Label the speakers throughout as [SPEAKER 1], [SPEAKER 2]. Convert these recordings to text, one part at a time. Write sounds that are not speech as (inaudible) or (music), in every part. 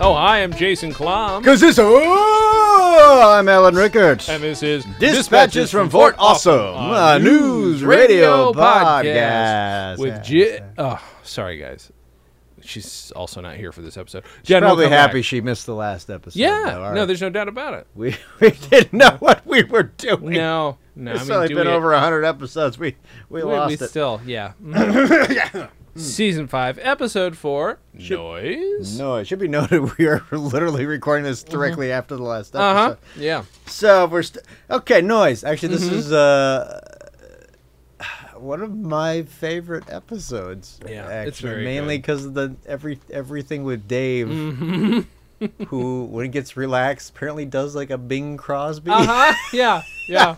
[SPEAKER 1] Oh, hi, I'm Jason Klom.
[SPEAKER 2] Gaziza, I'm Alan Rickards.
[SPEAKER 1] And this is
[SPEAKER 2] Dispatches from Fort Awesome, a news radio podcast.
[SPEAKER 1] Uh, With J. Oh, sorry, guys. She's also not here for this episode. Jen will
[SPEAKER 2] Probably
[SPEAKER 1] come back.
[SPEAKER 2] happy she missed the last episode.
[SPEAKER 1] Yeah.
[SPEAKER 2] though, all
[SPEAKER 1] No,
[SPEAKER 2] right.
[SPEAKER 1] there's no doubt about it.
[SPEAKER 2] we, (laughs) we
[SPEAKER 1] (laughs)
[SPEAKER 2] didn't know what we were doing.
[SPEAKER 1] No, no.
[SPEAKER 2] (laughs) It's
[SPEAKER 1] I mean,
[SPEAKER 2] only
[SPEAKER 1] do
[SPEAKER 2] uh, been
[SPEAKER 1] we,
[SPEAKER 2] over over 100 episodes. We, we,
[SPEAKER 1] we,
[SPEAKER 2] lost
[SPEAKER 1] we
[SPEAKER 2] it. Hmm.
[SPEAKER 1] still,
[SPEAKER 2] (coughs)
[SPEAKER 1] yeah. Mm. Season 5, Episode 4, Noise.
[SPEAKER 2] No, it should be noted (laughs) we are literally recording this
[SPEAKER 1] Mm-hmm.
[SPEAKER 2] directly after the last episode.
[SPEAKER 1] Uh huh. Yeah.
[SPEAKER 2] So we're st- okay. Noise. Actually,
[SPEAKER 1] Mm-hmm.
[SPEAKER 2] this is uh, (sighs) one of my favorite episodes.
[SPEAKER 1] Yeah,
[SPEAKER 2] actually,
[SPEAKER 1] it's very
[SPEAKER 2] mainly
[SPEAKER 1] good.
[SPEAKER 2] because of the every everything with Dave,
[SPEAKER 1] Mm-hmm.
[SPEAKER 2] who when he gets relaxed apparently does like a Bing Crosby.
[SPEAKER 1] Uh huh. (laughs) Yeah. Yeah.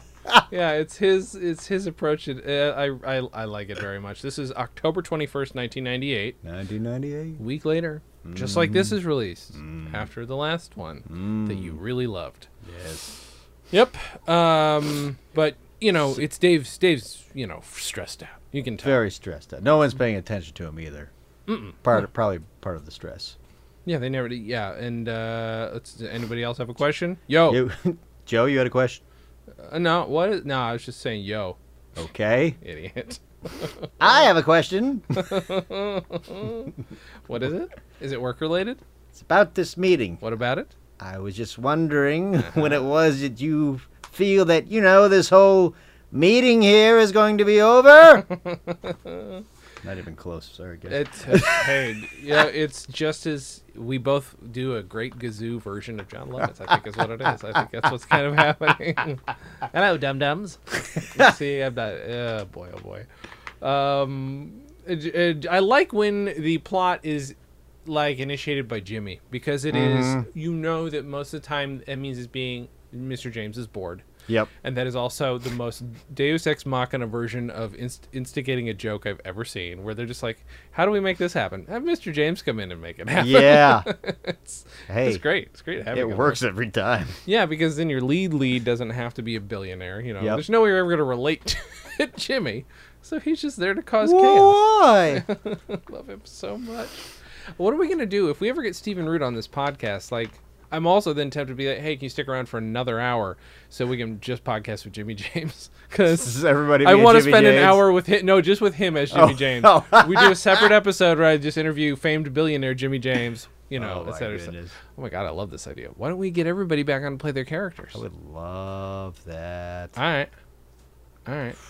[SPEAKER 1] Yeah, it's his it's his approach. It, uh, I, I I like it very much. This is October twenty first, nineteen ninety eight.
[SPEAKER 2] 1998.
[SPEAKER 1] week later, just like this is released after the last one that you really loved.
[SPEAKER 2] Yes.
[SPEAKER 1] Yep. Um, but you know, it's Dave's. Dave's you know stressed out. You can tell.
[SPEAKER 2] Very stressed out. No one's paying attention to him either. Part
[SPEAKER 1] Mm.
[SPEAKER 2] of, probably part of the stress.
[SPEAKER 1] Yeah, they never. did- Yeah, and uh, let's, does anybody else have a question? Yo,
[SPEAKER 2] You, (laughs) Joe, you had
[SPEAKER 1] (laughs)
[SPEAKER 2] a question.
[SPEAKER 1] Uh, no, what? Is, no, I was just saying, yo,
[SPEAKER 2] Okay.
[SPEAKER 1] idiot. (laughs)
[SPEAKER 2] I have a question.
[SPEAKER 1] what is it? Is it work related?
[SPEAKER 2] It's about this meeting.
[SPEAKER 1] What about it?
[SPEAKER 2] I was just wondering (laughs) when
[SPEAKER 1] Uh-huh.
[SPEAKER 2] it was that you feel that, you know, this whole meeting here is going to
[SPEAKER 1] (laughs)
[SPEAKER 2] be over. Not even close. Sorry, guys.
[SPEAKER 1] It's uh, hey, yeah, it's just as we both do a great gazoo version of John Lovitz. I think is what it is. I think that's what's kind of happening. Hello, dum dums. (laughs) See, I'm not. Oh boy, oh boy. Um, uh, j- uh, I like when the plot is like initiated by Jimmy because it is. You know that most of the time that means it's being Mr. James is bored.
[SPEAKER 2] yep.
[SPEAKER 1] (laughs) And that is also the most Deus Ex Machina version of inst- instigating a joke I've ever seen, where they're just like, "How do we make this happen? Have Mr. James come in and make it happen."
[SPEAKER 2] Yeah.
[SPEAKER 1] (laughs) it's,
[SPEAKER 2] Hey,
[SPEAKER 1] it's great. It's great. Having
[SPEAKER 2] it
[SPEAKER 1] him.
[SPEAKER 2] works every time.
[SPEAKER 1] Yeah, because then your lead lead doesn't have to be a billionaire. You know,
[SPEAKER 2] Yep.
[SPEAKER 1] there's no way you're ever going to relate to (laughs) Jimmy, so he's just there to cause chaos. (laughs)
[SPEAKER 2] Why?
[SPEAKER 1] Love him so much. What are we gonna do if we ever get Stephen Root on this podcast? Like, I'm also then tempted to be like, "Hey, can you stick around for another hour so we can just podcast with Jimmy James?" (laughs) Because
[SPEAKER 2] Does everybody
[SPEAKER 1] I
[SPEAKER 2] be a
[SPEAKER 1] want to
[SPEAKER 2] Jimmy
[SPEAKER 1] spend an
[SPEAKER 2] James?
[SPEAKER 1] hour with him. No, just with him as Jimmy
[SPEAKER 2] (laughs) Oh.
[SPEAKER 1] James.
[SPEAKER 2] Oh.
[SPEAKER 1] we do a separate episode where I just interview famed billionaire Jimmy James. You know,
[SPEAKER 2] Oh, my
[SPEAKER 1] et cetera, et cetera.
[SPEAKER 2] goodness.
[SPEAKER 1] Oh my god, I love this idea. Why don't we get everybody back on to play their characters?
[SPEAKER 2] I would love that.
[SPEAKER 1] All right. All right. (sighs)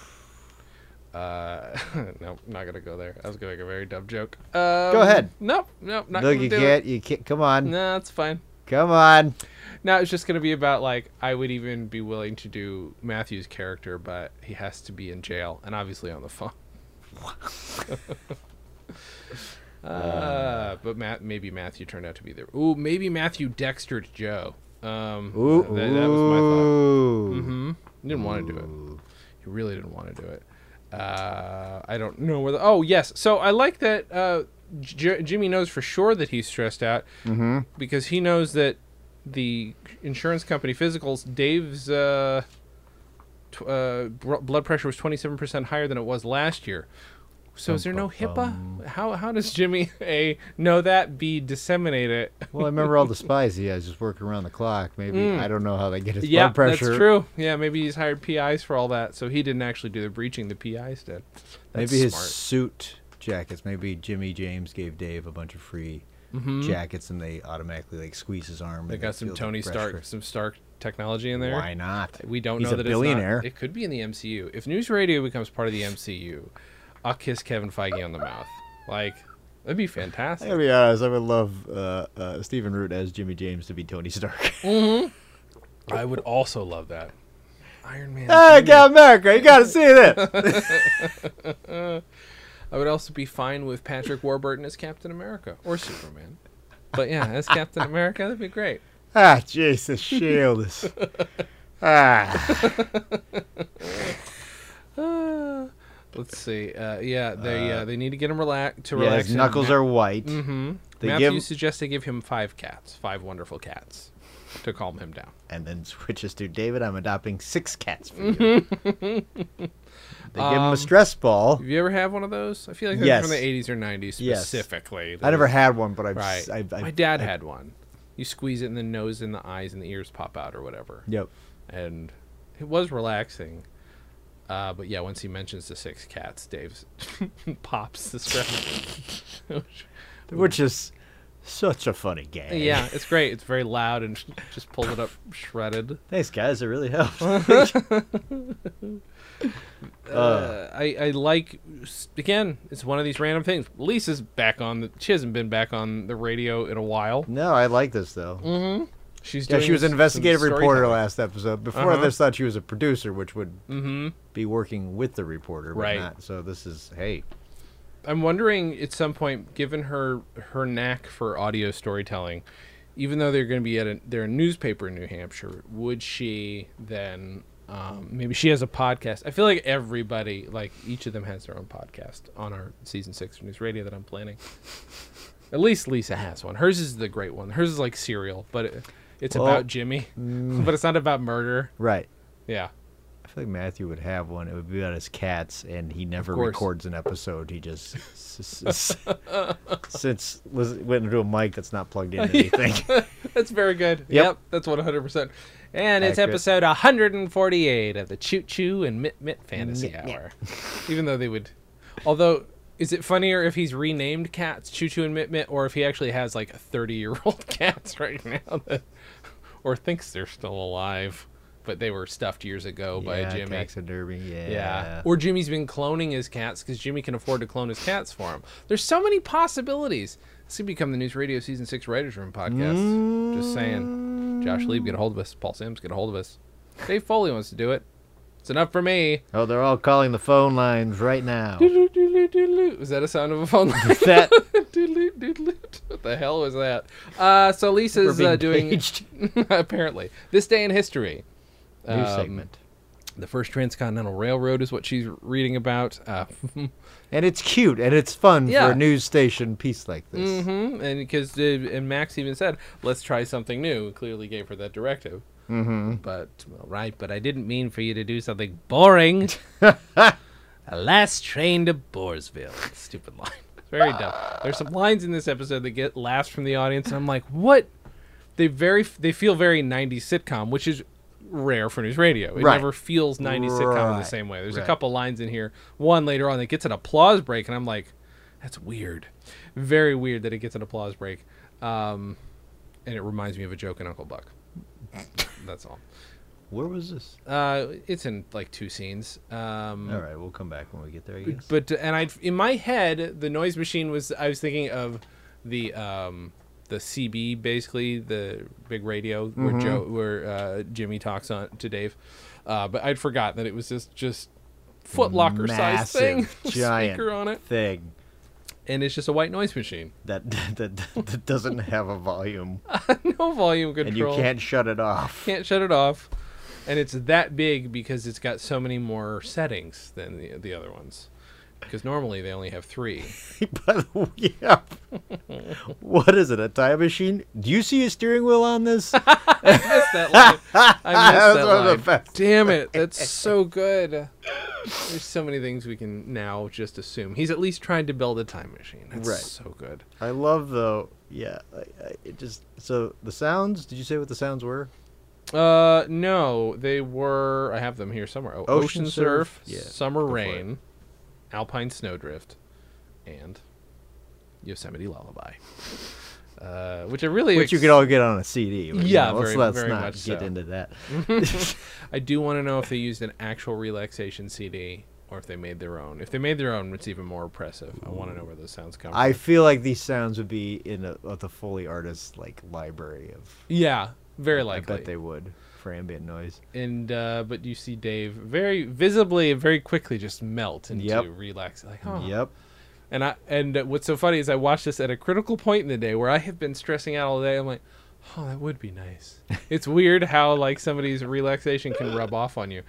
[SPEAKER 1] Uh, (laughs) no, not gonna go there. I was gonna make a very dumb joke. Um,
[SPEAKER 2] ahead.
[SPEAKER 1] Nope, nope, not
[SPEAKER 2] Look,
[SPEAKER 1] gonna
[SPEAKER 2] you
[SPEAKER 1] do
[SPEAKER 2] can't. You can't. Come
[SPEAKER 1] it.
[SPEAKER 2] on.
[SPEAKER 1] No, it's fine.
[SPEAKER 2] Come on.
[SPEAKER 1] Now it's just gonna be about like I would even be willing to do Matthew's character, but he has to be in jail and obviously on the phone. (laughs) uh, but Matt, maybe Matthew turned out to be there. Ooh, maybe Matthew dextered Joe. Um,
[SPEAKER 2] Ooh.
[SPEAKER 1] that, that was my thought.
[SPEAKER 2] ooh.
[SPEAKER 1] Mm-hmm. You didn't want to do it. You really didn't want to do it. Uh, I don't know where. The, oh yes. So I like that. Uh, J- Jimmy knows for sure that he's stressed out because he knows that the insurance company physicals Dave's uh, t- uh, br- blood pressure was twenty seven percent higher than it was last year. So is there no HIPAA? How how does Jimmy a know that? B disseminate it?
[SPEAKER 2] Well, I remember all the spies he has just working around the clock. Maybe I don't know how they get his
[SPEAKER 1] Hmm. Yeah,
[SPEAKER 2] blood pressure.
[SPEAKER 1] that's true. Yeah, maybe he's hired PIs for all that, so he didn't actually do the breaching. The PIs did. That's
[SPEAKER 2] maybe his
[SPEAKER 1] smart.
[SPEAKER 2] suit jackets. Maybe Jimmy James gave Dave a bunch of free jackets, and they automatically like squeeze his arm.
[SPEAKER 1] Hmm. Mm-hmm. They got some Tony Stark, some Stark technology in there.
[SPEAKER 2] Why not?
[SPEAKER 1] We don't
[SPEAKER 2] He's
[SPEAKER 1] know
[SPEAKER 2] a
[SPEAKER 1] that
[SPEAKER 2] billionaire.
[SPEAKER 1] it's not. It could be in the MCU. If News Radio becomes part of the MCU, I'll kiss Kevin Feige on the mouth. Like that'd be
[SPEAKER 2] I
[SPEAKER 1] fantastic.
[SPEAKER 2] gotta be honest. I would love uh, uh, Stephen Root as Jimmy James to be Tony (laughs) Stark.
[SPEAKER 1] I would also love that. Iron Man.
[SPEAKER 2] (laughs) hey, Captain America, you gotta see this.
[SPEAKER 1] I would also be fine with Patrick Warburton as Captain America or Superman. But yeah, as Captain America, that'd be great.
[SPEAKER 2] Ah, jeez, the
[SPEAKER 1] (laughs)
[SPEAKER 2] shield is. ah,
[SPEAKER 1] Uh, (sighs) let's see. Uh, yeah, they uh, they need to get him relax to
[SPEAKER 2] yeah,
[SPEAKER 1] relax.
[SPEAKER 2] his knuckles are white.
[SPEAKER 1] hmm
[SPEAKER 2] They
[SPEAKER 1] Matthew
[SPEAKER 2] give-
[SPEAKER 1] suggests they give him five cats, five wonderful cats, to calm him down.
[SPEAKER 2] and then (laughs) switches to David. I'm adopting six cats for you.
[SPEAKER 1] (laughs)
[SPEAKER 2] they give him a stress ball.
[SPEAKER 1] Have Um, you ever had one of those? I feel like they're
[SPEAKER 2] Yes.
[SPEAKER 1] from the 80s or 90s
[SPEAKER 2] Yes.
[SPEAKER 1] specifically.
[SPEAKER 2] I never had one, but I've.
[SPEAKER 1] Right.
[SPEAKER 2] i i
[SPEAKER 1] My dad had one. You squeeze it, and the nose and the eyes and the ears pop out or whatever.
[SPEAKER 2] Yep.
[SPEAKER 1] And it was relaxing. Uh, but yeah, once he mentions the six cats, Dave (laughs) pops the
[SPEAKER 2] (laughs)
[SPEAKER 1] strap.
[SPEAKER 2] Which is such a funny game.
[SPEAKER 1] yeah, it's great. It's very loud and just pulled it up shredded.
[SPEAKER 2] (laughs) Thanks, guys. It
[SPEAKER 1] (laughs)
[SPEAKER 2] really helped.
[SPEAKER 1] Uh, I, I like again. It's one of these random things. Lisa's back on. The, she hasn't been back on the radio in a while.
[SPEAKER 2] no, I like this though.
[SPEAKER 1] She's Mm-hmm.
[SPEAKER 2] Yeah,
[SPEAKER 1] doing
[SPEAKER 2] she was an
[SPEAKER 1] some
[SPEAKER 2] investigative reporter
[SPEAKER 1] storytelling.
[SPEAKER 2] last episode. Before
[SPEAKER 1] Uh-huh. Mm-hmm.
[SPEAKER 2] this, thought she was a producer, which would be working with the reporter, but
[SPEAKER 1] Right.
[SPEAKER 2] Not, so this is hey,
[SPEAKER 1] I'm wondering at some point, given her her knack for audio storytelling, even though they're going to be at a, their newspaper in New Hampshire, would she then? Um, maybe she has a podcast. I feel like everybody, like each of them, has their own podcast on our season six of news radio that I'm planning. At least Lisa has one. Hers is the great one. Hers is like serial, but it, it's
[SPEAKER 2] Well,
[SPEAKER 1] about Jimmy, (laughs) but it's not about murder.
[SPEAKER 2] right.
[SPEAKER 1] Yeah,
[SPEAKER 2] I feel like Matthew would have one. It would be about his cats, and he never
[SPEAKER 1] course.
[SPEAKER 2] records an episode. He just s- s- (laughs) since was, went into a mic that's not
[SPEAKER 1] (laughs)
[SPEAKER 2] plugged into anything. (laughs)
[SPEAKER 1] That's very good. Yep,
[SPEAKER 2] Yep.
[SPEAKER 1] that's 100%. And it's
[SPEAKER 2] Accurate.
[SPEAKER 1] episode 148 of the Choo Choo and Mit Mit Fantasy Hour. (laughs) Even though they would. Although, is it funnier if he's renamed cats Choo Choo and Mit Mit, or if he actually has like 30 year old (laughs) cats right now that. or thinks they're still alive, but they were stuffed years ago by
[SPEAKER 2] yeah,
[SPEAKER 1] Jimmy?
[SPEAKER 2] taxidermy. Yeah.
[SPEAKER 1] Yeah. Or Jimmy's been cloning his cats because Jimmy can afford to clone his cats for him. There's so many possibilities. This could become the News Radio Season 6 Writers Room podcast. Just saying. Josh Lieb, get a hold of us. Paul Sims, get a hold of us. Dave Foley wants to do it. It's enough for me.
[SPEAKER 2] oh, they're all calling the phone lines right now.
[SPEAKER 1] Was that a sound of a phone line?
[SPEAKER 2] (laughs) that
[SPEAKER 1] Doodly, doodly. what the hell was that? Uh, so
[SPEAKER 2] we're
[SPEAKER 1] Lisa's
[SPEAKER 2] being
[SPEAKER 1] uh, doing,
[SPEAKER 2] paged.
[SPEAKER 1] apparently, This Day in History.
[SPEAKER 2] new
[SPEAKER 1] Um,
[SPEAKER 2] segment,
[SPEAKER 1] The first transcontinental railroad is what she's reading about. Uh,
[SPEAKER 2] and it's cute and it's fun
[SPEAKER 1] Yeah.
[SPEAKER 2] for a news station piece like this.
[SPEAKER 1] Mm-hmm. And because and Max even said, "Let's try something new." Clearly gave her that directive. Mm-hmm. But well, right, but I didn't mean for you to do something boring. A last train to Boresville. Stupid line. It's very dumb. There's some lines in this episode that get laughs from the audience, and I'm like, what? They very they feel very '90s sitcom, which is rare for news radio. It
[SPEAKER 2] Right.
[SPEAKER 1] never feels '90s sitcom in the
[SPEAKER 2] Right.
[SPEAKER 1] same way. There's a
[SPEAKER 2] Right.
[SPEAKER 1] couple lines in here. One later on that gets an applause break, and I'm like, that's weird. Very weird that it gets an applause break. Um, and it reminds me of a joke in Uncle Buck. That's all.
[SPEAKER 2] Where was this?
[SPEAKER 1] Uh, it's in like two scenes. Um,
[SPEAKER 2] All right, we'll come back when we get there. I guess.
[SPEAKER 1] but and I in my head the noise machine was I was thinking of the um the CB basically the big radio where
[SPEAKER 2] Mm-hmm.
[SPEAKER 1] Joe where uh, Jimmy talks on to Dave, uh, but I'd forgot that it was just just footlocker size thing (laughs)
[SPEAKER 2] Massive,
[SPEAKER 1] with
[SPEAKER 2] (laughs) giant
[SPEAKER 1] speaker on it
[SPEAKER 2] thing.
[SPEAKER 1] and it's just a white noise machine (laughs)
[SPEAKER 2] That, (laughs) that that doesn't have a volume
[SPEAKER 1] no volume
[SPEAKER 2] and you
[SPEAKER 1] control
[SPEAKER 2] can't shut it off.
[SPEAKER 1] can't shut it off and it's that big because it's got so many more settings than the, the other ones because normally they only have three
[SPEAKER 2] (laughs) By the way, yeah. what is it? A time machine? Do you see a steering wheel
[SPEAKER 1] (laughs)
[SPEAKER 2] on this? I
[SPEAKER 1] missed that line.
[SPEAKER 2] (laughs)
[SPEAKER 1] I missed
[SPEAKER 2] That's
[SPEAKER 1] that
[SPEAKER 2] one of the
[SPEAKER 1] line.
[SPEAKER 2] best.
[SPEAKER 1] Damn it, that's
[SPEAKER 2] (laughs)
[SPEAKER 1] so good. There's so many things we can now just assume. He's at least trying to build a time machine. That's
[SPEAKER 2] Right.
[SPEAKER 1] so good.
[SPEAKER 2] love though. Yeah, I, I, it just so the sounds. Did you say what the sounds were?
[SPEAKER 1] Uh, no, they were. I have them here somewhere. Oh, ocean,
[SPEAKER 2] Ocean
[SPEAKER 1] surf,
[SPEAKER 2] surf, yeah,
[SPEAKER 1] summer
[SPEAKER 2] go for it.
[SPEAKER 1] rain, alpine snowdrift, and Yosemite lullaby. Uh, which I really
[SPEAKER 2] Which you
[SPEAKER 1] ex-
[SPEAKER 2] could all get on a CD. but, you
[SPEAKER 1] Yeah,
[SPEAKER 2] know, let's,
[SPEAKER 1] very-
[SPEAKER 2] let's
[SPEAKER 1] very
[SPEAKER 2] not
[SPEAKER 1] much
[SPEAKER 2] get
[SPEAKER 1] so.
[SPEAKER 2] into that.
[SPEAKER 1] (laughs) I do want to know if they used an actual relaxation CD or if they made their own. If they made their own, it's even more oppressive. I want to know where those sounds come
[SPEAKER 2] I
[SPEAKER 1] from.
[SPEAKER 2] feel like these sounds would be in a, of the Foley artist like library of.
[SPEAKER 1] Yeah, very likely.
[SPEAKER 2] I bet they would for ambient noise.
[SPEAKER 1] And uh, but you see Dave very visibly and very quickly just melt into
[SPEAKER 2] Yep.
[SPEAKER 1] relax. Like, oh, huh.
[SPEAKER 2] Yep.
[SPEAKER 1] And I and uh, what's so funny is I watched this at a critical point in the day where I have been stressing out all day. I'm like, oh, that would be
[SPEAKER 2] (laughs)
[SPEAKER 1] nice. it's weird how like somebody's relaxation can rub off on you.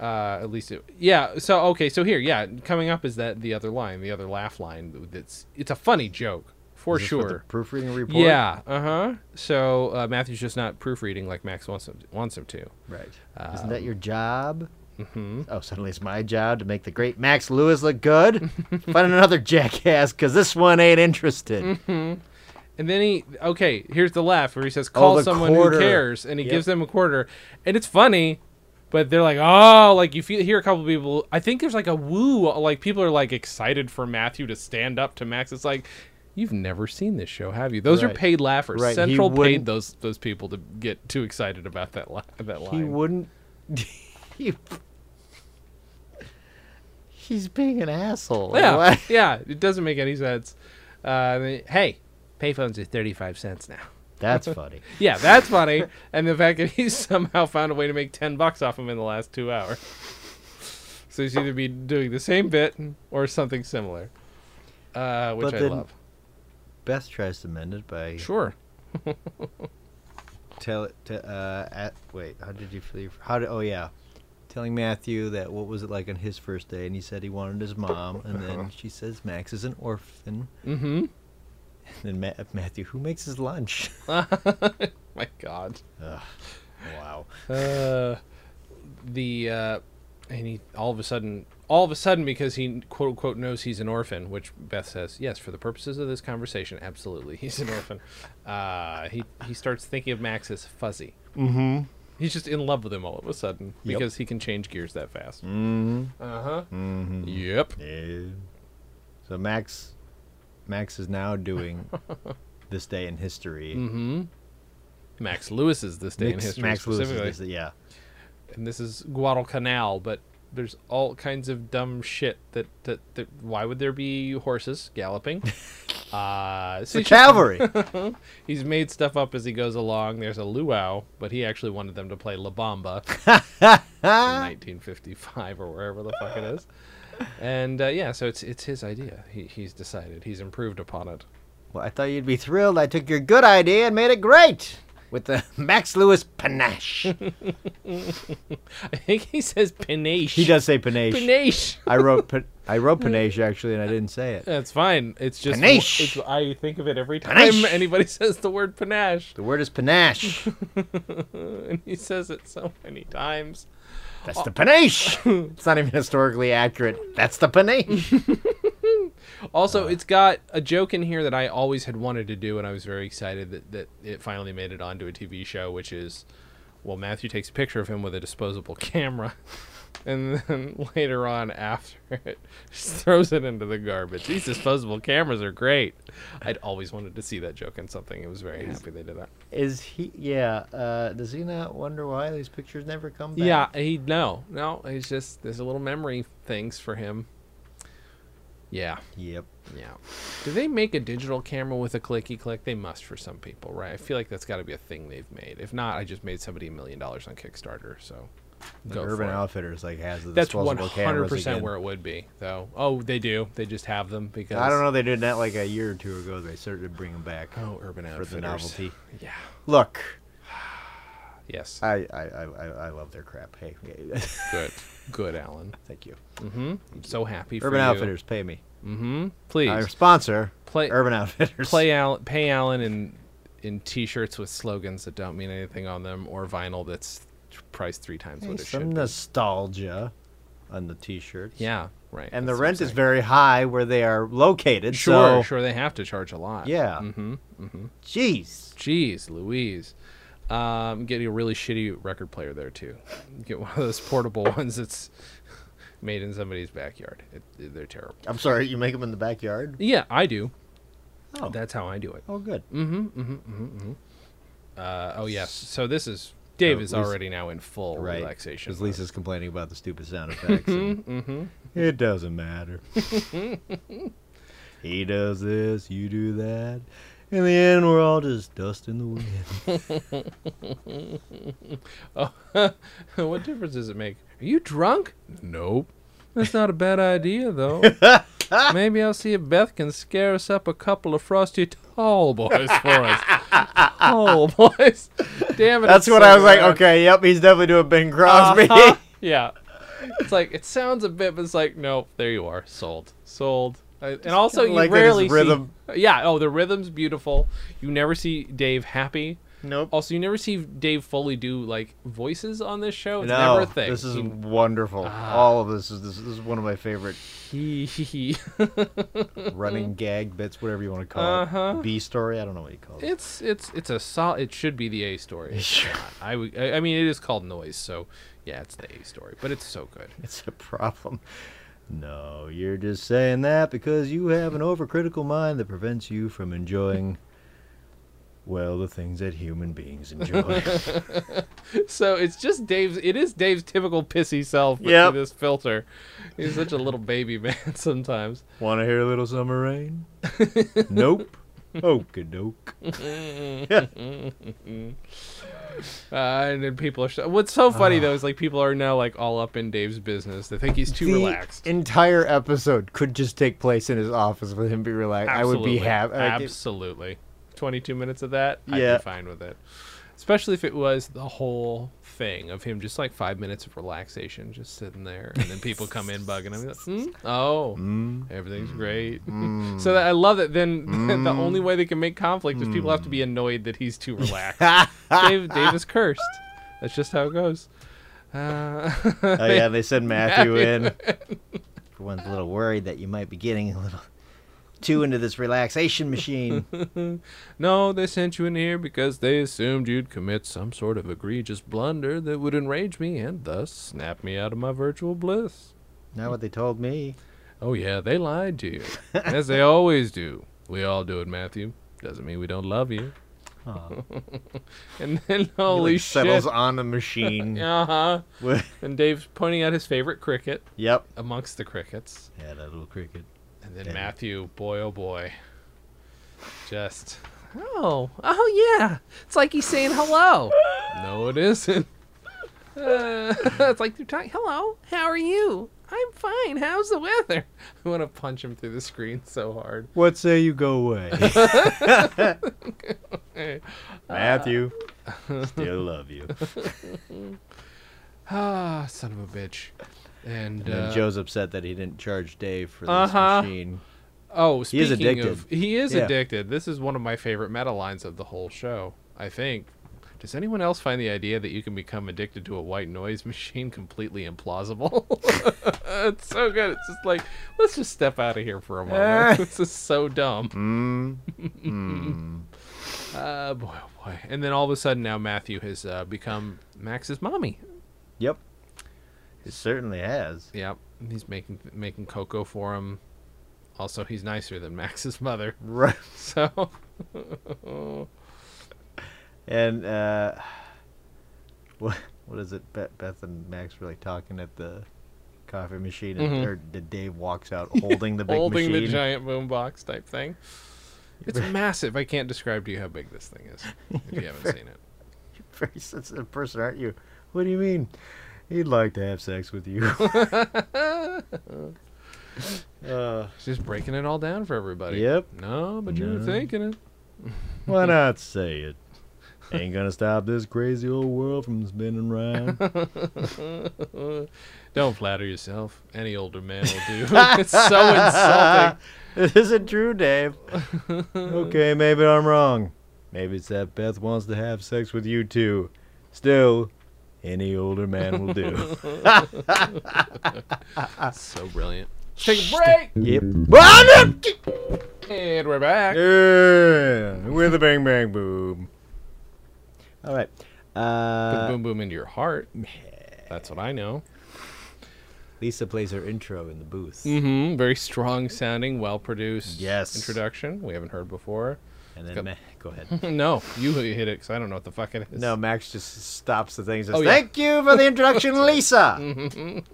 [SPEAKER 1] Uh, at least, it, yeah. So okay, so here, yeah, coming up is that the other line, the other laugh line. That's it's a funny joke for
[SPEAKER 2] Is this what the
[SPEAKER 1] sure.
[SPEAKER 2] proofreading report.
[SPEAKER 1] Yeah. Uh huh. So uh, Matthew's just not proofreading like Max wants him wants him to.
[SPEAKER 2] Right. Isn't that your job? Oh, suddenly it's my job to make the great Max Lewis look good. Find another jackass, cause this one ain't interested.
[SPEAKER 1] And then he okay, here's the laugh where he says, "Call
[SPEAKER 2] the
[SPEAKER 1] someone
[SPEAKER 2] quarter.
[SPEAKER 1] who cares," and he
[SPEAKER 2] Yep.
[SPEAKER 1] gives them a quarter, and it's funny, but they're like, "Oh, like you feel, hear a couple people." I think there's like a woo, like people are like excited for Matthew to stand up to Max. It's like. You've never seen this show, have you? Those are
[SPEAKER 2] Right.
[SPEAKER 1] paid laughers.
[SPEAKER 2] Right, he
[SPEAKER 1] Central paid
[SPEAKER 2] wouldn't-
[SPEAKER 1] those those people to get too excited about that li- that line.
[SPEAKER 2] he (laughs) wouldn't. he, he's being an asshole. Like,
[SPEAKER 1] Yeah, (laughs)
[SPEAKER 2] why-
[SPEAKER 1] yeah, it doesn't make any sense. Uh, they- hey, payphones are thirty-five cents now.
[SPEAKER 2] That's funny.
[SPEAKER 1] Yeah, that's funny. and the fact that he (laughs) somehow found a way to make ten bucks off him in the last two hours. So he's either be doing the same bit or something similar, uh, which
[SPEAKER 2] But
[SPEAKER 1] I
[SPEAKER 2] then-
[SPEAKER 1] love.
[SPEAKER 2] Beth tries to mend it by
[SPEAKER 1] Sure.
[SPEAKER 2] tell t- uh at, wait how did you feel how did oh yeah telling matthew that what was it like on his first day and he said he wanted his mom and then she says max is an orphan
[SPEAKER 1] Mm-hmm.
[SPEAKER 2] and then Ma- matthew who makes his lunch
[SPEAKER 1] My God.
[SPEAKER 2] wow
[SPEAKER 1] Uh, the uh, and he all of a sudden all of a sudden because he quote unquote knows he's an orphan which beth says yes for the purposes of this conversation absolutely (laughs) he's an orphan uh, he, he starts thinking of max as fuzzy mm-hmm. he's just in love with him all of a sudden
[SPEAKER 2] Yep.
[SPEAKER 1] because he can change gears that fast mm-hmm. uh-huh
[SPEAKER 2] Mm-hmm.
[SPEAKER 1] yep
[SPEAKER 2] Eh. so max max is now doing this day in history
[SPEAKER 1] max lewis is this day in
[SPEAKER 2] Mix-
[SPEAKER 1] history
[SPEAKER 2] max lewis
[SPEAKER 1] specifically
[SPEAKER 2] is this, yeah
[SPEAKER 1] and this is Guadalcanal, but there's all kinds of dumb shit that that, that why would there be horses
[SPEAKER 2] (laughs)
[SPEAKER 1] galloping? uh,
[SPEAKER 2] the
[SPEAKER 1] so
[SPEAKER 2] cavalry
[SPEAKER 1] he's made stuff up as he goes along. There's a luau, but he actually wanted them to play La
[SPEAKER 2] (laughs)
[SPEAKER 1] Bamba in 1955 or wherever the fuck it is. And uh, yeah, so it's it's his idea. He, he's decided. He's improved upon it.
[SPEAKER 2] (laughs)
[SPEAKER 1] (laughs)
[SPEAKER 2] well i thought you'd be thrilled i took your good idea and made it great with the (laughs) max lewis panache
[SPEAKER 1] I think he says panache.
[SPEAKER 2] he does say panache
[SPEAKER 1] panache.
[SPEAKER 2] I wrote pa-
[SPEAKER 1] (laughs)
[SPEAKER 2] I wrote panache actually, and I didn't say it.
[SPEAKER 1] That's fine. It's just
[SPEAKER 2] Panache.
[SPEAKER 1] It's, I think of it every time
[SPEAKER 2] Panache.
[SPEAKER 1] anybody (laughs) says the word panache.
[SPEAKER 2] The word is
[SPEAKER 1] (laughs)
[SPEAKER 2] panache.
[SPEAKER 1] and he says it so many times.
[SPEAKER 2] That's the panache. It's not even historically accurate. That's
[SPEAKER 1] (laughs)
[SPEAKER 2] the panache.
[SPEAKER 1] Also, it's got a joke in here that I always had wanted to do, and I was very excited that, that it finally made it onto a TV show, which is, well, Matthew takes a picture of him with a disposable (laughs) camera, and then (laughs) later on after (laughs) it, just throws it into the garbage. These disposable cameras are great. I'd always wanted to see that joke in something. I was very happy they did that.
[SPEAKER 2] Is he? Yeah. Uh, does he not wonder why these pictures never come back?
[SPEAKER 1] Yeah, he no, no. It's just there's a little memory things for him. Yeah.
[SPEAKER 2] Yep.
[SPEAKER 1] Yeah. Do they make a digital camera with a clicky click? They must for some people, right? I feel like that's got to be a thing they've made. If not, I just made somebody a million dollars on Kickstarter. So
[SPEAKER 2] The
[SPEAKER 1] go
[SPEAKER 2] Urban
[SPEAKER 1] for it.
[SPEAKER 2] Outfitters like has the
[SPEAKER 1] That's one
[SPEAKER 2] disposable
[SPEAKER 1] hundred
[SPEAKER 2] cameras
[SPEAKER 1] percent
[SPEAKER 2] again.
[SPEAKER 1] where it would be, though. Oh, they do. They just have them because
[SPEAKER 2] I don't know. They did that like a year or two ago. They started to bring them back
[SPEAKER 1] Oh, Urban
[SPEAKER 2] for
[SPEAKER 1] Outfitters.
[SPEAKER 2] the novelty.
[SPEAKER 1] Yeah.
[SPEAKER 2] Look,
[SPEAKER 1] Yes.
[SPEAKER 2] I I, I, I I love their crap. Hey, (laughs)
[SPEAKER 1] Good. Good, Alan. Mm-hmm.
[SPEAKER 2] thank you.
[SPEAKER 1] I'm so happy for
[SPEAKER 2] Urban
[SPEAKER 1] you.
[SPEAKER 2] Outfitters, pay me.
[SPEAKER 1] Mm-hmm. Please
[SPEAKER 2] Our sponsor,
[SPEAKER 1] Play-
[SPEAKER 2] Urban Outfitters.
[SPEAKER 1] play Alan, pay Alan in in T-shirts with slogans that don't mean anything on them, or vinyl that's priced three times
[SPEAKER 2] Hey,
[SPEAKER 1] what it should.
[SPEAKER 2] some
[SPEAKER 1] be.
[SPEAKER 2] nostalgia on the t-shirts.
[SPEAKER 1] Yeah. Right. that's
[SPEAKER 2] And the
[SPEAKER 1] what I'm
[SPEAKER 2] rent is
[SPEAKER 1] saying.
[SPEAKER 2] very high where they are located.
[SPEAKER 1] Sure,
[SPEAKER 2] so-
[SPEAKER 1] sure. They have to charge a lot.
[SPEAKER 2] Yeah.
[SPEAKER 1] Mm-hmm.
[SPEAKER 2] Jeez.
[SPEAKER 1] Jeez, Louise. Um, getting a really shitty record player there too. Get one of those portable (laughs) ones that's made in somebody's backyard. It, they're terrible.
[SPEAKER 2] I'm sorry, you make them in the backyard?
[SPEAKER 1] Yeah, I do.
[SPEAKER 2] Oh.
[SPEAKER 1] That's how I do it.
[SPEAKER 2] Oh, good.
[SPEAKER 1] Uh, oh yes. So this is Dave
[SPEAKER 2] So
[SPEAKER 1] is
[SPEAKER 2] Lisa-
[SPEAKER 1] already now in full
[SPEAKER 2] Right.
[SPEAKER 1] relaxation.
[SPEAKER 2] Because
[SPEAKER 1] mode.
[SPEAKER 2] Lisa's complaining about the
[SPEAKER 1] (laughs)
[SPEAKER 2] stupid sound effects. and
[SPEAKER 1] Mm-hmm.
[SPEAKER 2] It doesn't matter. he does this, you do that. In the end, we're all just dust in the
[SPEAKER 1] (laughs)
[SPEAKER 2] wind.
[SPEAKER 1] (laughs)
[SPEAKER 2] (laughs)
[SPEAKER 1] what difference does it make? Are you drunk? Nope. That's not a bad idea though. Maybe I'll see if Beth can scare us up a couple of frosty tall boys for
[SPEAKER 2] (laughs)
[SPEAKER 1] us. tall boys. Damn it.
[SPEAKER 2] That's
[SPEAKER 1] it's
[SPEAKER 2] what
[SPEAKER 1] so
[SPEAKER 2] I was like,
[SPEAKER 1] bad.
[SPEAKER 2] okay, yep, he's definitely doing Ben Crosby. (laughs)
[SPEAKER 1] Uh-huh. Yeah. It's like it sounds a bit, but it's like no. There you are, sold, sold. I- and also,
[SPEAKER 2] kinda
[SPEAKER 1] you
[SPEAKER 2] like that his
[SPEAKER 1] rarely see-
[SPEAKER 2] rhythm-
[SPEAKER 1] Yeah. Oh, the rhythm's beautiful. You never see Dave happy.
[SPEAKER 2] nope.
[SPEAKER 1] Also, you never see Dave Foley do like voices on this show. It's
[SPEAKER 2] no,
[SPEAKER 1] never a thing.
[SPEAKER 2] this is
[SPEAKER 1] He- Ah.
[SPEAKER 2] wonderful. All of this is this, this is one of my favorite
[SPEAKER 1] he, he, he.
[SPEAKER 2] running gag bits, whatever you want to call
[SPEAKER 1] Mm-hmm. Uh-huh.
[SPEAKER 2] it. B story, I don't know what you call it.
[SPEAKER 1] It's it's it's a solid. It should be the A story.
[SPEAKER 2] (laughs)
[SPEAKER 1] It's
[SPEAKER 2] Sure.
[SPEAKER 1] not. I would- I I mean, it is called noise, so yeah, it's the A story, but it's so good.
[SPEAKER 2] (laughs) It's a problem. No, you're just saying that because you have an overcritical mind that prevents you from enjoying, well, the things that human
[SPEAKER 1] (laughs)
[SPEAKER 2] beings enjoy.
[SPEAKER 1] So it's just Dave's. It is Dave's typical pissy self with
[SPEAKER 2] Yep.
[SPEAKER 1] this filter. He's such a little baby (laughs) man sometimes.
[SPEAKER 2] Want to hear a little summer rain?
[SPEAKER 1] (laughs)
[SPEAKER 2] nope. (laughs) Okadoke.
[SPEAKER 1] Uh, and then people are. So, what's so funny though is like people are now like all up in Dave's business. They think he's (laughs) too
[SPEAKER 2] the
[SPEAKER 1] relaxed.
[SPEAKER 2] entire episode could just take place in his office with him be relaxed. I would be happy.
[SPEAKER 1] Absolutely. Twenty-two minutes of that, I'd
[SPEAKER 2] Yeah.
[SPEAKER 1] be fine with it. Especially if it was the whole thing of him just like five minutes of relaxation, just sitting there, and then people come in bugging him. Like, "Hmm? Oh,
[SPEAKER 2] Hmm?
[SPEAKER 1] everything's great. (laughs) so that, I love it. Then (laughs) the only
[SPEAKER 2] Hmm.
[SPEAKER 1] way they can make conflict is people have to be annoyed that he's
[SPEAKER 2] (laughs)
[SPEAKER 1] too relaxed. Dave, Dave is cursed. That's just how it goes. Uh, (laughs)
[SPEAKER 2] (laughs) oh yeah, they send Matthew, in. (laughs) Everyone's a little worried that you might be getting a little too into this
[SPEAKER 1] (laughs)
[SPEAKER 2] relaxation machine.
[SPEAKER 1] No, they sent you in here because they assumed you'd commit some sort of egregious blunder that would enrage me and thus snap me out of my virtual bliss.
[SPEAKER 2] Not what they told me.
[SPEAKER 1] Oh, yeah, they lied
[SPEAKER 2] (laughs)
[SPEAKER 1] to you. as they always do. We all do it, Matthew. Doesn't mean we don't love you.
[SPEAKER 2] Aw.
[SPEAKER 1] (laughs) and then,
[SPEAKER 2] He,
[SPEAKER 1] holy
[SPEAKER 2] like,
[SPEAKER 1] shit.
[SPEAKER 2] settles on
[SPEAKER 1] (laughs)
[SPEAKER 2] the machine.
[SPEAKER 1] Uh huh.
[SPEAKER 2] with-
[SPEAKER 1] And Dave's pointing out his favorite cricket
[SPEAKER 2] yep.
[SPEAKER 1] amongst the crickets.
[SPEAKER 2] Yeah, that little cricket.
[SPEAKER 1] And then
[SPEAKER 2] Yeah.
[SPEAKER 1] Matthew, boy, oh boy. Just. Oh, oh yeah. It's like he's saying hello. (laughs) no, it isn't. Uh, (laughs) it's like they're talking, hello, how are you? I'm fine. How's the weather? (laughs) I want to punch him through the screen so hard. (laughs)
[SPEAKER 2] What say you go away?
[SPEAKER 1] (laughs)
[SPEAKER 2] Matthew, still love you.
[SPEAKER 1] Ah, son of a bitch. And,
[SPEAKER 2] And then
[SPEAKER 1] uh,
[SPEAKER 2] Joe's upset that he didn't charge Dave for this
[SPEAKER 1] Uh-huh.
[SPEAKER 2] machine.
[SPEAKER 1] oh,
[SPEAKER 2] He is
[SPEAKER 1] speaking
[SPEAKER 2] addicted.
[SPEAKER 1] of, he is
[SPEAKER 2] Yeah.
[SPEAKER 1] addicted. This is one of my favorite meta lines of the whole show. I think. Does anyone else find the idea that you can become addicted to a white noise (laughs) machine completely implausible? (laughs) it's so good. It's just like, let's just step out of here for a
[SPEAKER 2] (laughs)
[SPEAKER 1] moment. this is so dumb.
[SPEAKER 2] Hmm.
[SPEAKER 1] Uh, boy, oh boy. And then all of a sudden, now Matthew has uh, become Max's mommy.
[SPEAKER 2] Yep. It certainly has.
[SPEAKER 1] Yep, he's making making cocoa for him. Also, he's nicer than Max's mother. (laughs)
[SPEAKER 2] Right.
[SPEAKER 1] So, (laughs)
[SPEAKER 2] And uh, what what is it? Beth, Beth and Max were like talking at the coffee machine, and or did Dave walks out (laughs) holding the big
[SPEAKER 1] Mm-hmm. holding
[SPEAKER 2] machine.
[SPEAKER 1] the giant boombox type thing. It's massive. I can't describe to you how big this thing is if
[SPEAKER 2] (laughs)
[SPEAKER 1] you haven't seen it.
[SPEAKER 2] (laughs) Very sensitive person, aren't you? What do you mean? He'd like to have sex
[SPEAKER 1] (laughs)
[SPEAKER 2] with you. (laughs) uh,
[SPEAKER 1] It's just breaking it all down for everybody.
[SPEAKER 2] Yep.
[SPEAKER 1] No, but you're
[SPEAKER 2] No.
[SPEAKER 1] thinking it.
[SPEAKER 2] why not say it? Ain't gonna stop this crazy old world from spinning round.
[SPEAKER 1] Don't flatter yourself. Any older man
[SPEAKER 2] (laughs)
[SPEAKER 1] will do. it's so insulting.
[SPEAKER 2] This isn't true, Dave. (laughs) okay, maybe I'm wrong. Maybe it's that Beth wants to have sex with you too. Still, any older man will do.
[SPEAKER 1] So brilliant. Take a break.
[SPEAKER 2] (laughs) yep.
[SPEAKER 1] And we're back.
[SPEAKER 2] Yeah, with a bang bang boom. All right.
[SPEAKER 1] Put
[SPEAKER 2] Uh,
[SPEAKER 1] boom boom into your heart. That's what I know.
[SPEAKER 2] Lisa plays her intro in the booth,
[SPEAKER 1] hmm Very strong sounding, well produced.
[SPEAKER 2] Yes.
[SPEAKER 1] Introduction we haven't heard before. (laughs)
[SPEAKER 2] and
[SPEAKER 1] Go-
[SPEAKER 2] then Ma- go ahead.
[SPEAKER 1] no, you hit it because I don't know what the fuck it is.
[SPEAKER 2] No, Max just stops the thing and says,
[SPEAKER 1] Oh, yeah.
[SPEAKER 2] Thank you for the introduction, (laughs) Lisa. and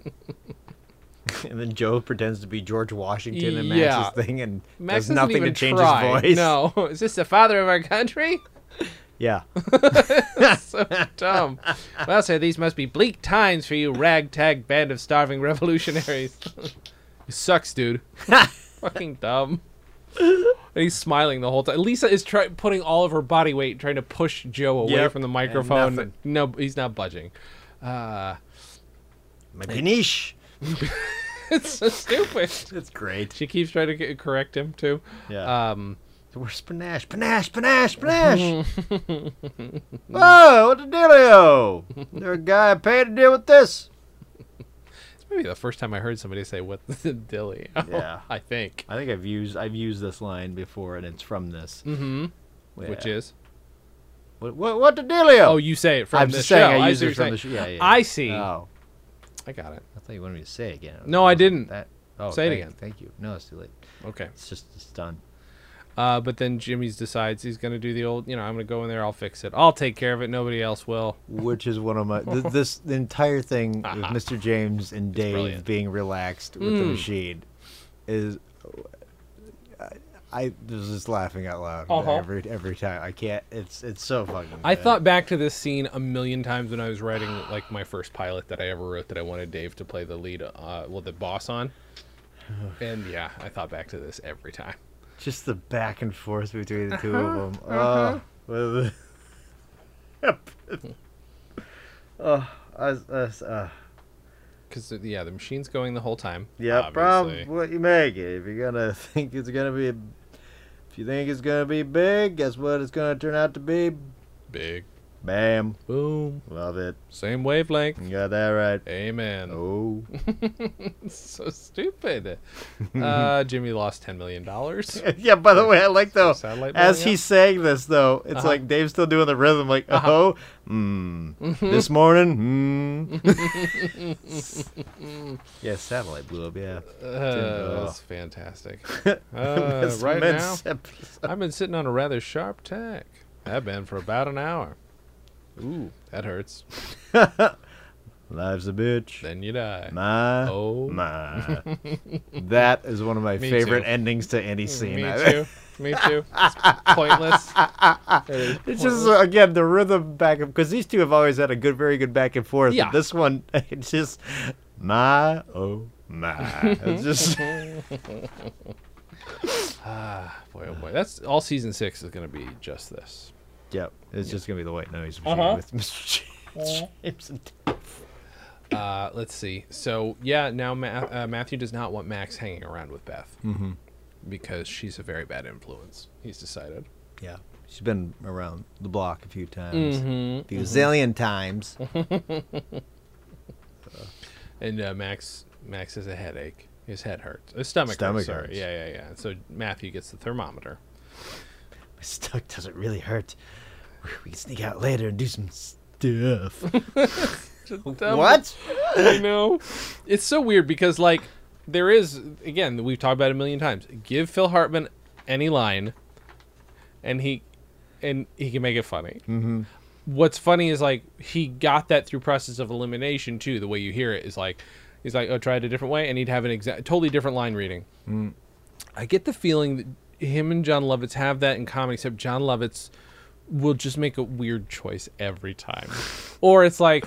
[SPEAKER 2] then Joe pretends to be George Washington and
[SPEAKER 1] Yeah.
[SPEAKER 2] Max's thing and
[SPEAKER 1] Max doesn't
[SPEAKER 2] does nothing to
[SPEAKER 1] even
[SPEAKER 2] change
[SPEAKER 1] try.
[SPEAKER 2] his voice.
[SPEAKER 1] No, (laughs) is this the father of our country?
[SPEAKER 2] (laughs)
[SPEAKER 1] (laughs)
[SPEAKER 2] Yeah.
[SPEAKER 1] so dumb. Well, sir, these must be bleak (laughs)
[SPEAKER 2] (laughs)
[SPEAKER 1] times for you ragtag band of starving revolutionaries. It sucks, dude. fucking dumb. And he's smiling the whole time. Lisa is try- putting all of her body weight trying to push Joe away
[SPEAKER 2] Yep,
[SPEAKER 1] from the
[SPEAKER 2] and
[SPEAKER 1] microphone.
[SPEAKER 2] nothing.
[SPEAKER 1] No, he's not budging. Uh, (laughs)
[SPEAKER 2] My Ganesh.
[SPEAKER 1] it's so stupid.
[SPEAKER 2] (laughs) That's great. Uh,
[SPEAKER 1] She keeps trying to get, correct him too.
[SPEAKER 2] Yeah.
[SPEAKER 1] Um,
[SPEAKER 2] Where's panache? Panache, panache, (laughs) panache. Whoa, what the dealio? There a guy paid to deal with this.
[SPEAKER 1] it's maybe the first time I heard somebody say "What the (laughs) dilly?"
[SPEAKER 2] Yeah.
[SPEAKER 1] (laughs) I think,
[SPEAKER 2] I think I've used I've used this line before, and it's from this. Mm-hmm.
[SPEAKER 1] which is
[SPEAKER 2] what, what, what the dealio?
[SPEAKER 1] oh, you say it from
[SPEAKER 2] I'm
[SPEAKER 1] the
[SPEAKER 2] just
[SPEAKER 1] show.
[SPEAKER 2] saying I used
[SPEAKER 1] see
[SPEAKER 2] it
[SPEAKER 1] what
[SPEAKER 2] from the
[SPEAKER 1] you're
[SPEAKER 2] show.
[SPEAKER 1] saying.
[SPEAKER 2] Yeah, yeah.
[SPEAKER 1] I see.
[SPEAKER 2] Oh,
[SPEAKER 1] I got it.
[SPEAKER 2] I thought you wanted me to say it again.
[SPEAKER 1] No, I didn't.
[SPEAKER 2] That. Oh,
[SPEAKER 1] Say it
[SPEAKER 2] thank-
[SPEAKER 1] again.
[SPEAKER 2] Thank you. No, it's too late.
[SPEAKER 1] Okay.
[SPEAKER 2] It's just it's done.
[SPEAKER 1] Uh, but then Jimmy's decides he's gonna do the old, you know, I'm gonna go in there, I'll fix it, I'll take care of it, nobody else will.
[SPEAKER 2] Which is one of my (laughs) th- this the entire thing (laughs) of Mr. James and Dave
[SPEAKER 1] brilliant.
[SPEAKER 2] being relaxed with
[SPEAKER 1] Hmm.
[SPEAKER 2] the machine is I, I was just laughing out loud
[SPEAKER 1] Uh-huh.
[SPEAKER 2] every every time. I can't. It's it's so fucking.
[SPEAKER 1] I
[SPEAKER 2] good.
[SPEAKER 1] thought back to this scene a million times when I was writing like my first pilot that I ever wrote that I wanted Dave to play the lead, uh, well, the boss
[SPEAKER 2] (sighs)
[SPEAKER 1] on. And yeah, I thought back to this every time.
[SPEAKER 2] just the back and forth between the two
[SPEAKER 1] Uh-huh.
[SPEAKER 2] of them. Uh, with
[SPEAKER 1] (laughs)
[SPEAKER 2] the- (laughs) oh, I was- I was- uh,
[SPEAKER 1] Because yeah, the machine's going the whole time.
[SPEAKER 2] yeah,
[SPEAKER 1] obviously.
[SPEAKER 2] problem what you make it. If you're gonna (laughs) think it's gonna be, if you think it's gonna be big, guess what? It's gonna turn out to be.
[SPEAKER 1] Big
[SPEAKER 2] Bam.
[SPEAKER 1] boom,
[SPEAKER 2] Love it.
[SPEAKER 1] same wavelength.
[SPEAKER 2] You got that
[SPEAKER 1] (laughs)
[SPEAKER 2] right.
[SPEAKER 1] Amen.
[SPEAKER 2] Mm. Oh.
[SPEAKER 1] (laughs) So stupid.
[SPEAKER 2] (laughs)
[SPEAKER 1] uh, Jimmy lost ten million dollars.
[SPEAKER 2] (laughs) yeah, by the way, I like though.
[SPEAKER 1] Satellite blowing
[SPEAKER 2] As
[SPEAKER 1] up?
[SPEAKER 2] he's saying this though, it's
[SPEAKER 1] Uh-huh.
[SPEAKER 2] like Dave's still doing the rhythm, like, oh, mm.
[SPEAKER 1] Mm-hmm.
[SPEAKER 2] this morning, mm.
[SPEAKER 1] (laughs)
[SPEAKER 2] yeah, satellite blew up, yeah.
[SPEAKER 1] Uh,
[SPEAKER 2] Didn't-
[SPEAKER 1] that's fantastic.
[SPEAKER 2] (laughs)
[SPEAKER 1] Uh, right now,
[SPEAKER 2] immense episode.
[SPEAKER 1] I've been sitting on a rather sharp tack. I've been for about an hour. Ooh, that hurts.
[SPEAKER 2] Life's a bitch.
[SPEAKER 1] Then you die.
[SPEAKER 2] My,
[SPEAKER 1] Oh. (laughs)
[SPEAKER 2] my. that is one of my
[SPEAKER 1] Me
[SPEAKER 2] favorite
[SPEAKER 1] too. Mm,
[SPEAKER 2] endings to any scene.
[SPEAKER 1] Me
[SPEAKER 2] I've-
[SPEAKER 1] too. Me too. It's pointless. It is
[SPEAKER 2] (laughs) It's
[SPEAKER 1] pointless.
[SPEAKER 2] just uh, again the rhythm back and because these two have always had a good, very good back and forth.
[SPEAKER 1] Yeah.
[SPEAKER 2] This one, (laughs) it's just my oh my.
[SPEAKER 1] (laughs)
[SPEAKER 2] It's just (laughs)
[SPEAKER 1] boy, oh boy. That's all. Season six is going to be just this.
[SPEAKER 2] yep. It's just gonna be the white noise machine
[SPEAKER 1] Uh-huh.
[SPEAKER 2] with (laughs) Mr. James. and-
[SPEAKER 1] Uh, let's see. So yeah, now Ma- uh, Matthew does not want Max hanging around with Beth mm-hmm. because she's a very bad influence. He's decided.
[SPEAKER 2] Yeah. She's been around the block a few times,
[SPEAKER 1] Mm-hmm,
[SPEAKER 2] a few
[SPEAKER 1] (laughs)
[SPEAKER 2] zillion times.
[SPEAKER 1] And uh, Max Max has a headache. His head hurts. His stomach,
[SPEAKER 2] Stomach
[SPEAKER 1] hurts. sorry.
[SPEAKER 2] hurts.
[SPEAKER 1] Yeah, yeah, yeah. So Matthew gets the thermometer.
[SPEAKER 2] My stomach doesn't really hurt. We can sneak out later and do some
[SPEAKER 1] (laughs)
[SPEAKER 2] stuff. what?
[SPEAKER 1] I know. It's so weird because like there is again we've talked about it a million times. Give Phil Hartman any line, and he and he can make it funny. Mm-hmm. What's funny is like he got that through process of elimination too. The way you hear it is like he's like oh try it a different way, and he'd have an exact totally different line reading.
[SPEAKER 2] Mm.
[SPEAKER 1] I get the feeling that him and John Lovitz have that in common, except John Lovitz will just make a weird choice every
[SPEAKER 2] (laughs)
[SPEAKER 1] time. or it's like,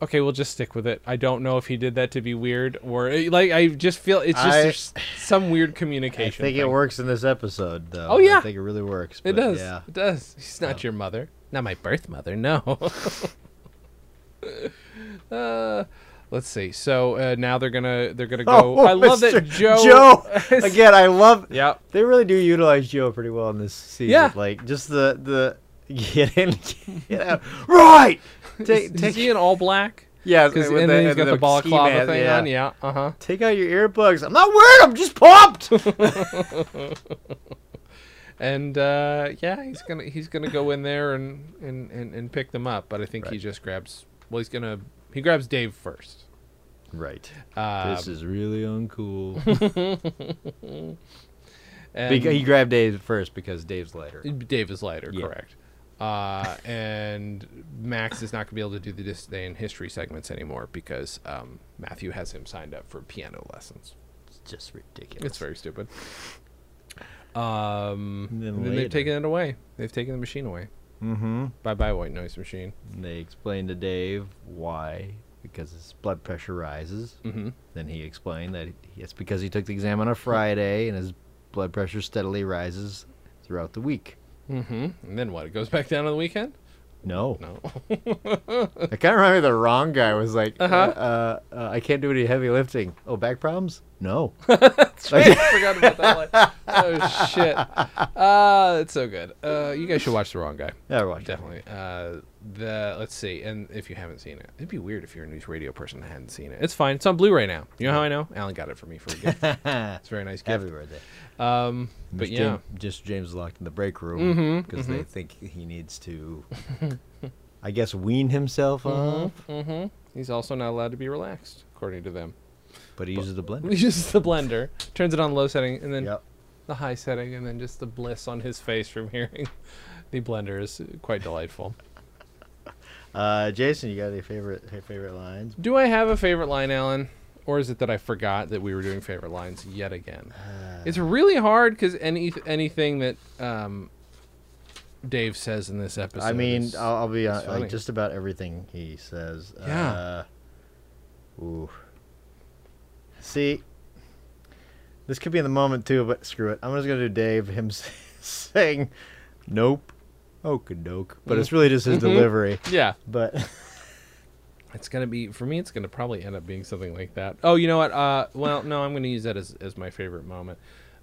[SPEAKER 1] okay, we'll just stick with it. I don't know if he did that to be weird or like I just feel it's just
[SPEAKER 2] I-
[SPEAKER 1] there's some weird
[SPEAKER 2] (laughs) I
[SPEAKER 1] communication.
[SPEAKER 2] think it
[SPEAKER 1] thing.
[SPEAKER 2] works in this episode, though.
[SPEAKER 1] Oh, yeah.
[SPEAKER 2] I think it really works.
[SPEAKER 1] It
[SPEAKER 2] but
[SPEAKER 1] does.
[SPEAKER 2] Yeah.
[SPEAKER 1] It does. She's not your mother. Not my birth mother. No. (laughs) uh, let's see. So uh, now they're gonna they're gonna
[SPEAKER 2] (laughs)
[SPEAKER 1] go. I love that
[SPEAKER 2] Mr.
[SPEAKER 1] Joe.
[SPEAKER 2] Oh,
[SPEAKER 1] (laughs)
[SPEAKER 2] Joe again. I love.
[SPEAKER 1] Yeah.
[SPEAKER 2] They really do utilize Joe pretty well in this season.
[SPEAKER 1] Yeah.
[SPEAKER 2] Like just the the get in, get out. Right. Take
[SPEAKER 1] (laughs) Is, is
[SPEAKER 2] take
[SPEAKER 1] he in all
[SPEAKER 2] (laughs)
[SPEAKER 1] black?
[SPEAKER 2] yeah.
[SPEAKER 1] 'Cause-
[SPEAKER 2] with
[SPEAKER 1] and then he's
[SPEAKER 2] and
[SPEAKER 1] got the
[SPEAKER 2] ski
[SPEAKER 1] balaclava
[SPEAKER 2] mask,
[SPEAKER 1] thing
[SPEAKER 2] yeah.
[SPEAKER 1] on. Yeah. Uh huh.
[SPEAKER 2] Take out your earplugs. I'm not wearing them.
[SPEAKER 1] (laughs)
[SPEAKER 2] Just popped.
[SPEAKER 1] And uh, yeah, he's gonna he's gonna go in there and and and, and pick them up. But I think he just grabs. Well, he's gonna he grabs Dave first.
[SPEAKER 2] right.
[SPEAKER 1] Uh,
[SPEAKER 2] this is
[SPEAKER 1] (laughs)
[SPEAKER 2] really uncool.
[SPEAKER 1] and-
[SPEAKER 2] Beca- he grabbed Dave first because Dave's lighter.
[SPEAKER 1] Dave is lighter,
[SPEAKER 2] Yeah.
[SPEAKER 1] correct. Uh, and Max is not going to be able to do the This Day in History segments anymore because um, Matthew has him signed up for piano lessons.
[SPEAKER 2] It's just ridiculous.
[SPEAKER 1] It's very stupid. Um,
[SPEAKER 2] And then
[SPEAKER 1] and then
[SPEAKER 2] later-
[SPEAKER 1] they've taken it away. They've taken the machine away.
[SPEAKER 2] Mm-hmm.
[SPEAKER 1] Bye bye, white noise machine.
[SPEAKER 2] They explained to Dave why because his blood pressure rises.
[SPEAKER 1] Mhm.
[SPEAKER 2] Then he explained that it's because he took the exam on a Friday and his blood pressure steadily rises throughout the week.
[SPEAKER 1] Mm-hmm. And then what? It goes back down on the weekend?
[SPEAKER 2] No,
[SPEAKER 1] No. (laughs)
[SPEAKER 2] I kind of remember the wrong guy was like, uh
[SPEAKER 1] Uh-huh.
[SPEAKER 2] uh, uh, "I can't do any heavy lifting." Oh, back problems?
[SPEAKER 1] (laughs)
[SPEAKER 2] No.
[SPEAKER 1] I
[SPEAKER 2] (laughs)
[SPEAKER 1] forgot about that one. Oh shit. Uh, it's so good. Uh, you guys should watch the wrong guy.
[SPEAKER 2] Yeah, I watched it.
[SPEAKER 1] Definitely. Uh, the let's see, and if you haven't seen it, it'd be weird if you're a news radio person and hadn't seen it. It's fine. It's on Blu-ray now. You know how I know? Alan got it for me for a gift. it's
[SPEAKER 2] (laughs)
[SPEAKER 1] a very nice gift.
[SPEAKER 2] Everywhere there.
[SPEAKER 1] Um, but
[SPEAKER 2] Mr.
[SPEAKER 1] yeah, Mm-hmm,
[SPEAKER 2] James, just James is locked in the break room because they think he needs
[SPEAKER 1] (laughs)
[SPEAKER 2] to, I guess, wean himself
[SPEAKER 1] Mm-hmm.
[SPEAKER 2] off.
[SPEAKER 1] he's also not allowed to be relaxed, according to them. (laughs)
[SPEAKER 2] But he uses the blender.
[SPEAKER 1] He uses the blender, turns it on low setting, and then
[SPEAKER 2] Yep.
[SPEAKER 1] the high setting, and then just the bliss on his face from (laughs) hearing the blender is quite delightful.
[SPEAKER 2] Uh, Jason, you got any favorite any favorite lines?
[SPEAKER 1] Do I have a favorite line, Alan? Or is it that I forgot that we were doing favorite lines yet again?
[SPEAKER 2] Ah.
[SPEAKER 1] it's really hard because any anything that um, Dave says in this episode.
[SPEAKER 2] I mean,
[SPEAKER 1] is-
[SPEAKER 2] I'll, I'll be
[SPEAKER 1] it's
[SPEAKER 2] honest, like
[SPEAKER 1] funny.
[SPEAKER 2] just about everything he says.
[SPEAKER 1] Yeah.
[SPEAKER 2] Uh, ooh. See, this could be in the moment too, but screw it. I'm just gonna do Dave him (laughs) saying, "Nope, okadoke," but it's really just his
[SPEAKER 1] Mm-hmm.
[SPEAKER 2] delivery.
[SPEAKER 1] yeah, (laughs)
[SPEAKER 2] But (laughs)
[SPEAKER 1] it's gonna be for me. It's gonna probably end up being something like that. Oh, you know what? Uh, well, no, I'm gonna use that as, as my favorite moment.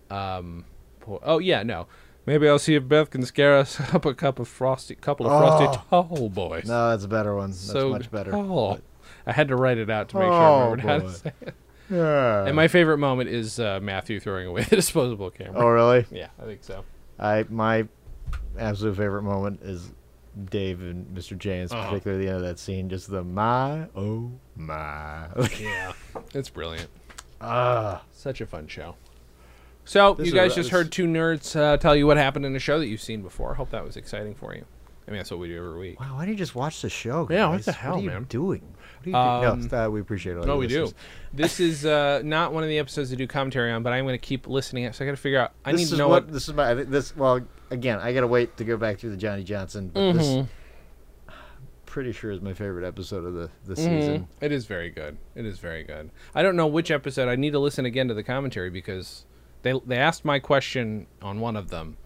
[SPEAKER 1] Um, po- oh yeah, no, maybe I'll see if Beth can scare us (laughs) up a cup of frosty, couple of frosty tall boys.
[SPEAKER 2] Oh. no, that's a better one. That's
[SPEAKER 1] so
[SPEAKER 2] much
[SPEAKER 1] (laughs)
[SPEAKER 2] better.
[SPEAKER 1] tall. I had to write it out to make sure I
[SPEAKER 2] Oh,
[SPEAKER 1] remembered how to
[SPEAKER 2] boy.
[SPEAKER 1] say it.
[SPEAKER 2] Yeah.
[SPEAKER 1] And my favorite moment is uh, Matthew throwing away (laughs) the disposable camera.
[SPEAKER 2] oh really?
[SPEAKER 1] Yeah, I think so.
[SPEAKER 2] I my absolute favorite moment is Dave and Mr. James,
[SPEAKER 1] Uh-huh.
[SPEAKER 2] particularly the end of that scene. Just the my oh my. (laughs)
[SPEAKER 1] Yeah, it's brilliant.
[SPEAKER 2] Ah.
[SPEAKER 1] Such a fun show. So
[SPEAKER 2] This
[SPEAKER 1] you
[SPEAKER 2] is-
[SPEAKER 1] guys just
[SPEAKER 2] this-
[SPEAKER 1] heard two nerds uh, tell you what happened in a show that you've seen before. Hope that was exciting for you. I mean, that's what we do every week.
[SPEAKER 2] Wow, why do you just watch the show? Guys?
[SPEAKER 1] Yeah, what the hell,
[SPEAKER 2] are you
[SPEAKER 1] man?
[SPEAKER 2] doing? What are you doing?
[SPEAKER 1] Um,
[SPEAKER 2] no, stop, we appreciate all.
[SPEAKER 1] No,
[SPEAKER 2] your
[SPEAKER 1] we do.
[SPEAKER 2] listeners.
[SPEAKER 1] This is uh, not one of the episodes to do commentary on, but I'm going to keep listening. So I got to figure out. I
[SPEAKER 2] This
[SPEAKER 1] need
[SPEAKER 2] is
[SPEAKER 1] to know
[SPEAKER 2] what,
[SPEAKER 1] what.
[SPEAKER 2] this is. My I think this. Well, again, I gotta wait to go back through the Johnny Johnson, but this.
[SPEAKER 1] Mm-hmm.
[SPEAKER 2] Pretty sure is my favorite episode of the the season.
[SPEAKER 1] It is very good. It is very good. I don't know which episode. I need to listen again to the commentary because they they asked my question on one of them,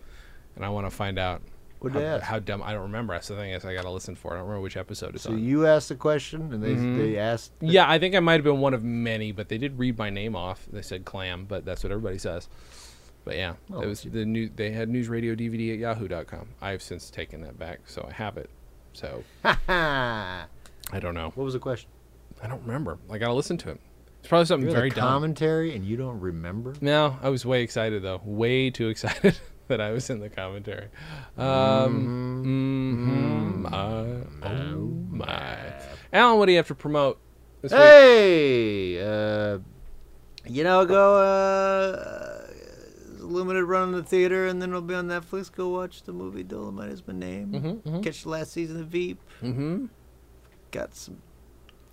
[SPEAKER 1] and I want to find out
[SPEAKER 2] What'd
[SPEAKER 1] how,
[SPEAKER 2] they ask?
[SPEAKER 1] how dumb. I don't remember. That's the thing is I got to listen for. it. I don't remember which episode it's
[SPEAKER 2] So
[SPEAKER 1] on.
[SPEAKER 2] you asked the question, and they they asked.
[SPEAKER 1] yeah, I think I might have been one of many, but they did read my name off. They said clam, but that's what everybody says. But yeah,
[SPEAKER 2] Oh,
[SPEAKER 1] it was
[SPEAKER 2] gee.
[SPEAKER 1] the new. They had news radio DVD at yahoo.com. I've since taken that back, so I have it. So
[SPEAKER 2] Ha! (laughs)
[SPEAKER 1] I don't know.
[SPEAKER 2] What was the question?
[SPEAKER 1] I don't remember. I got to listen to it. It's probably something
[SPEAKER 2] You're in a
[SPEAKER 1] very dumb.
[SPEAKER 2] commentary, and you don't remember.
[SPEAKER 1] No, I was way excited though. Way too excited (laughs) that I was in the commentary.
[SPEAKER 2] Mm-hmm.
[SPEAKER 1] Um, mhm, I- oh my. Alan, what do you have to promote this week?
[SPEAKER 2] Hey, uh, you know, go uh, limited run in the theater, and then it'll be on Netflix. Go watch the movie Dolomite is my name.
[SPEAKER 1] Mm-hmm,
[SPEAKER 2] Catch the last season of Veep. Mm-hmm. Got some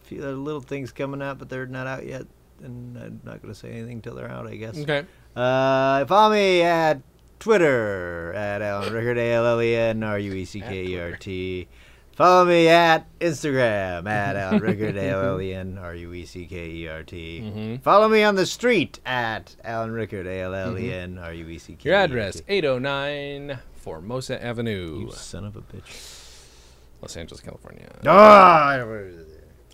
[SPEAKER 2] few other little things coming out, but they're not out yet, and I'm not going to say anything till they're out, I guess.
[SPEAKER 1] Okay.
[SPEAKER 2] Uh, follow me at Twitter at Alan Rickard A L L E N R U E C K E R T. Follow me at Instagram at Alan Rickard A L L E N R U E C K E R T. Follow me on the street at Alan Rickard A L L E N R U E C K E
[SPEAKER 1] Your
[SPEAKER 2] R T.
[SPEAKER 1] address, 809 Formosa Avenue,
[SPEAKER 2] You son of a (laughs) bitch.
[SPEAKER 1] Los Angeles, California.
[SPEAKER 2] Ah,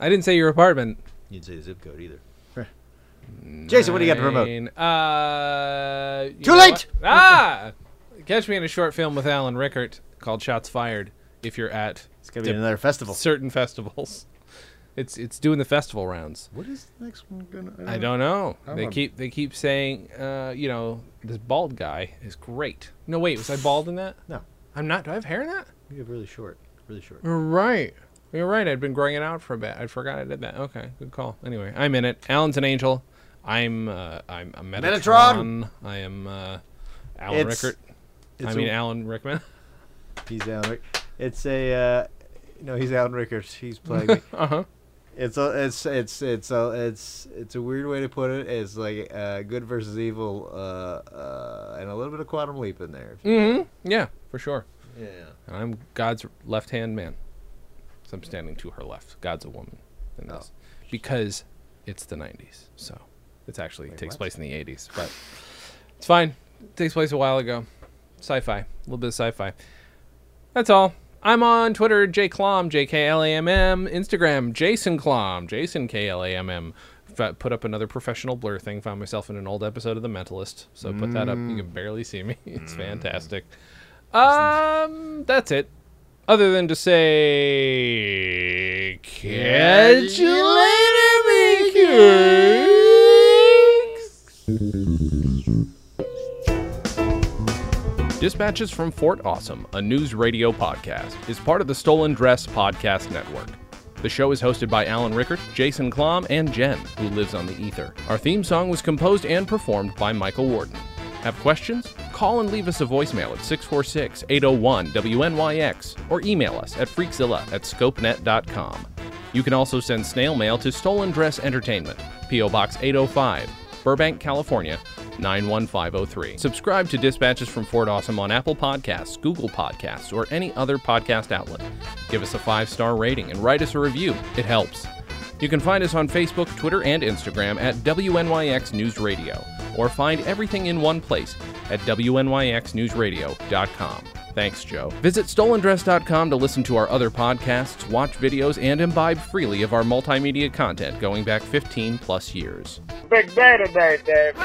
[SPEAKER 1] I didn't say your apartment.
[SPEAKER 2] you'd say the zip code either. (laughs) Jason, what do you got to promote?
[SPEAKER 1] Nine- Uh, you
[SPEAKER 2] Too
[SPEAKER 1] know
[SPEAKER 2] late!
[SPEAKER 1] what? Ah! Catch me in a short film with Alan Rickert called Shots Fired if you're at
[SPEAKER 2] It's gonna be another festival.
[SPEAKER 1] (laughs) certain festivals. It's it's doing the festival rounds.
[SPEAKER 2] What is the next one gonna?
[SPEAKER 1] I don't know.
[SPEAKER 2] I
[SPEAKER 1] They
[SPEAKER 2] don't-
[SPEAKER 1] keep they keep saying, uh, you know, this bald guy is great. No, wait, was I bald in that?
[SPEAKER 2] No,
[SPEAKER 1] I'm not. Do I have hair in that?
[SPEAKER 2] you have really short, really short.
[SPEAKER 1] You're right. You're right. I'd been growing it out for a bit. I forgot I did that. Okay, good call. Anyway, I'm in it. Alan's an angel. I'm uh, I'm a Metatron.
[SPEAKER 2] Metatron!
[SPEAKER 1] I am uh, Alan
[SPEAKER 2] It's-
[SPEAKER 1] Rickert. I
[SPEAKER 2] It's
[SPEAKER 1] mean
[SPEAKER 2] a-
[SPEAKER 1] Alan Rickman. (laughs)
[SPEAKER 2] He's Alan. Rick- It's a uh, no. He's Alan Rickard. He's playing. me.
[SPEAKER 1] uh huh.
[SPEAKER 2] It's a. It's it's it's a. It's it's a weird way to put it. It's like uh, good versus evil, uh, uh, and a little bit of quantum leap in there.
[SPEAKER 1] Mm-hmm. Yeah, for sure.
[SPEAKER 2] Yeah.
[SPEAKER 1] And I'm God's left hand man. So I'm standing to her left. God's a woman. than this because it's the 90s. So it's actually takes
[SPEAKER 2] what?
[SPEAKER 1] place in the 80s, but it's fine. It takes place a while ago. Sci-fi, a little bit of sci-fi. That's all. I'm on Twitter, jklom, jklamm, Instagram, Jason Klom, Jason klamm. F- Put up another professional blur thing. Found myself in an old episode of The Mentalist, so put that up. You can barely see me. (laughs) It's fantastic. Um, that's it. Other than to say, catch you later, Meeker. Dispatches from Fort Awesome, a news radio podcast, is part of the Stolen Dress Podcast Network. The show is hosted by Alan Rickert, Jason Klom, and Jen, who lives on the ether. Our theme song was composed and performed by Michael Warden. Have questions? Call and leave us a voicemail at 646 801 WNYX or email us at freakzilla at scopenet.com. You can also send snail mail to Stolen Dress Entertainment, P.O. Box 805, Burbank, California, 91503. Subscribe to Dispatches from Fort Awesome on Apple Podcasts, Google Podcasts, or any other podcast outlet. Give us a five star rating and write us a review, it helps. You can find us on Facebook, Twitter, and Instagram at WNYX News Radio, or find everything in one place at WNYXNewsRadio.com. Thanks, Joe. Visit stolendress.com to listen to our other podcasts, watch videos, and imbibe freely of our multimedia content going back 15 plus years.
[SPEAKER 3] Big day today, Dave.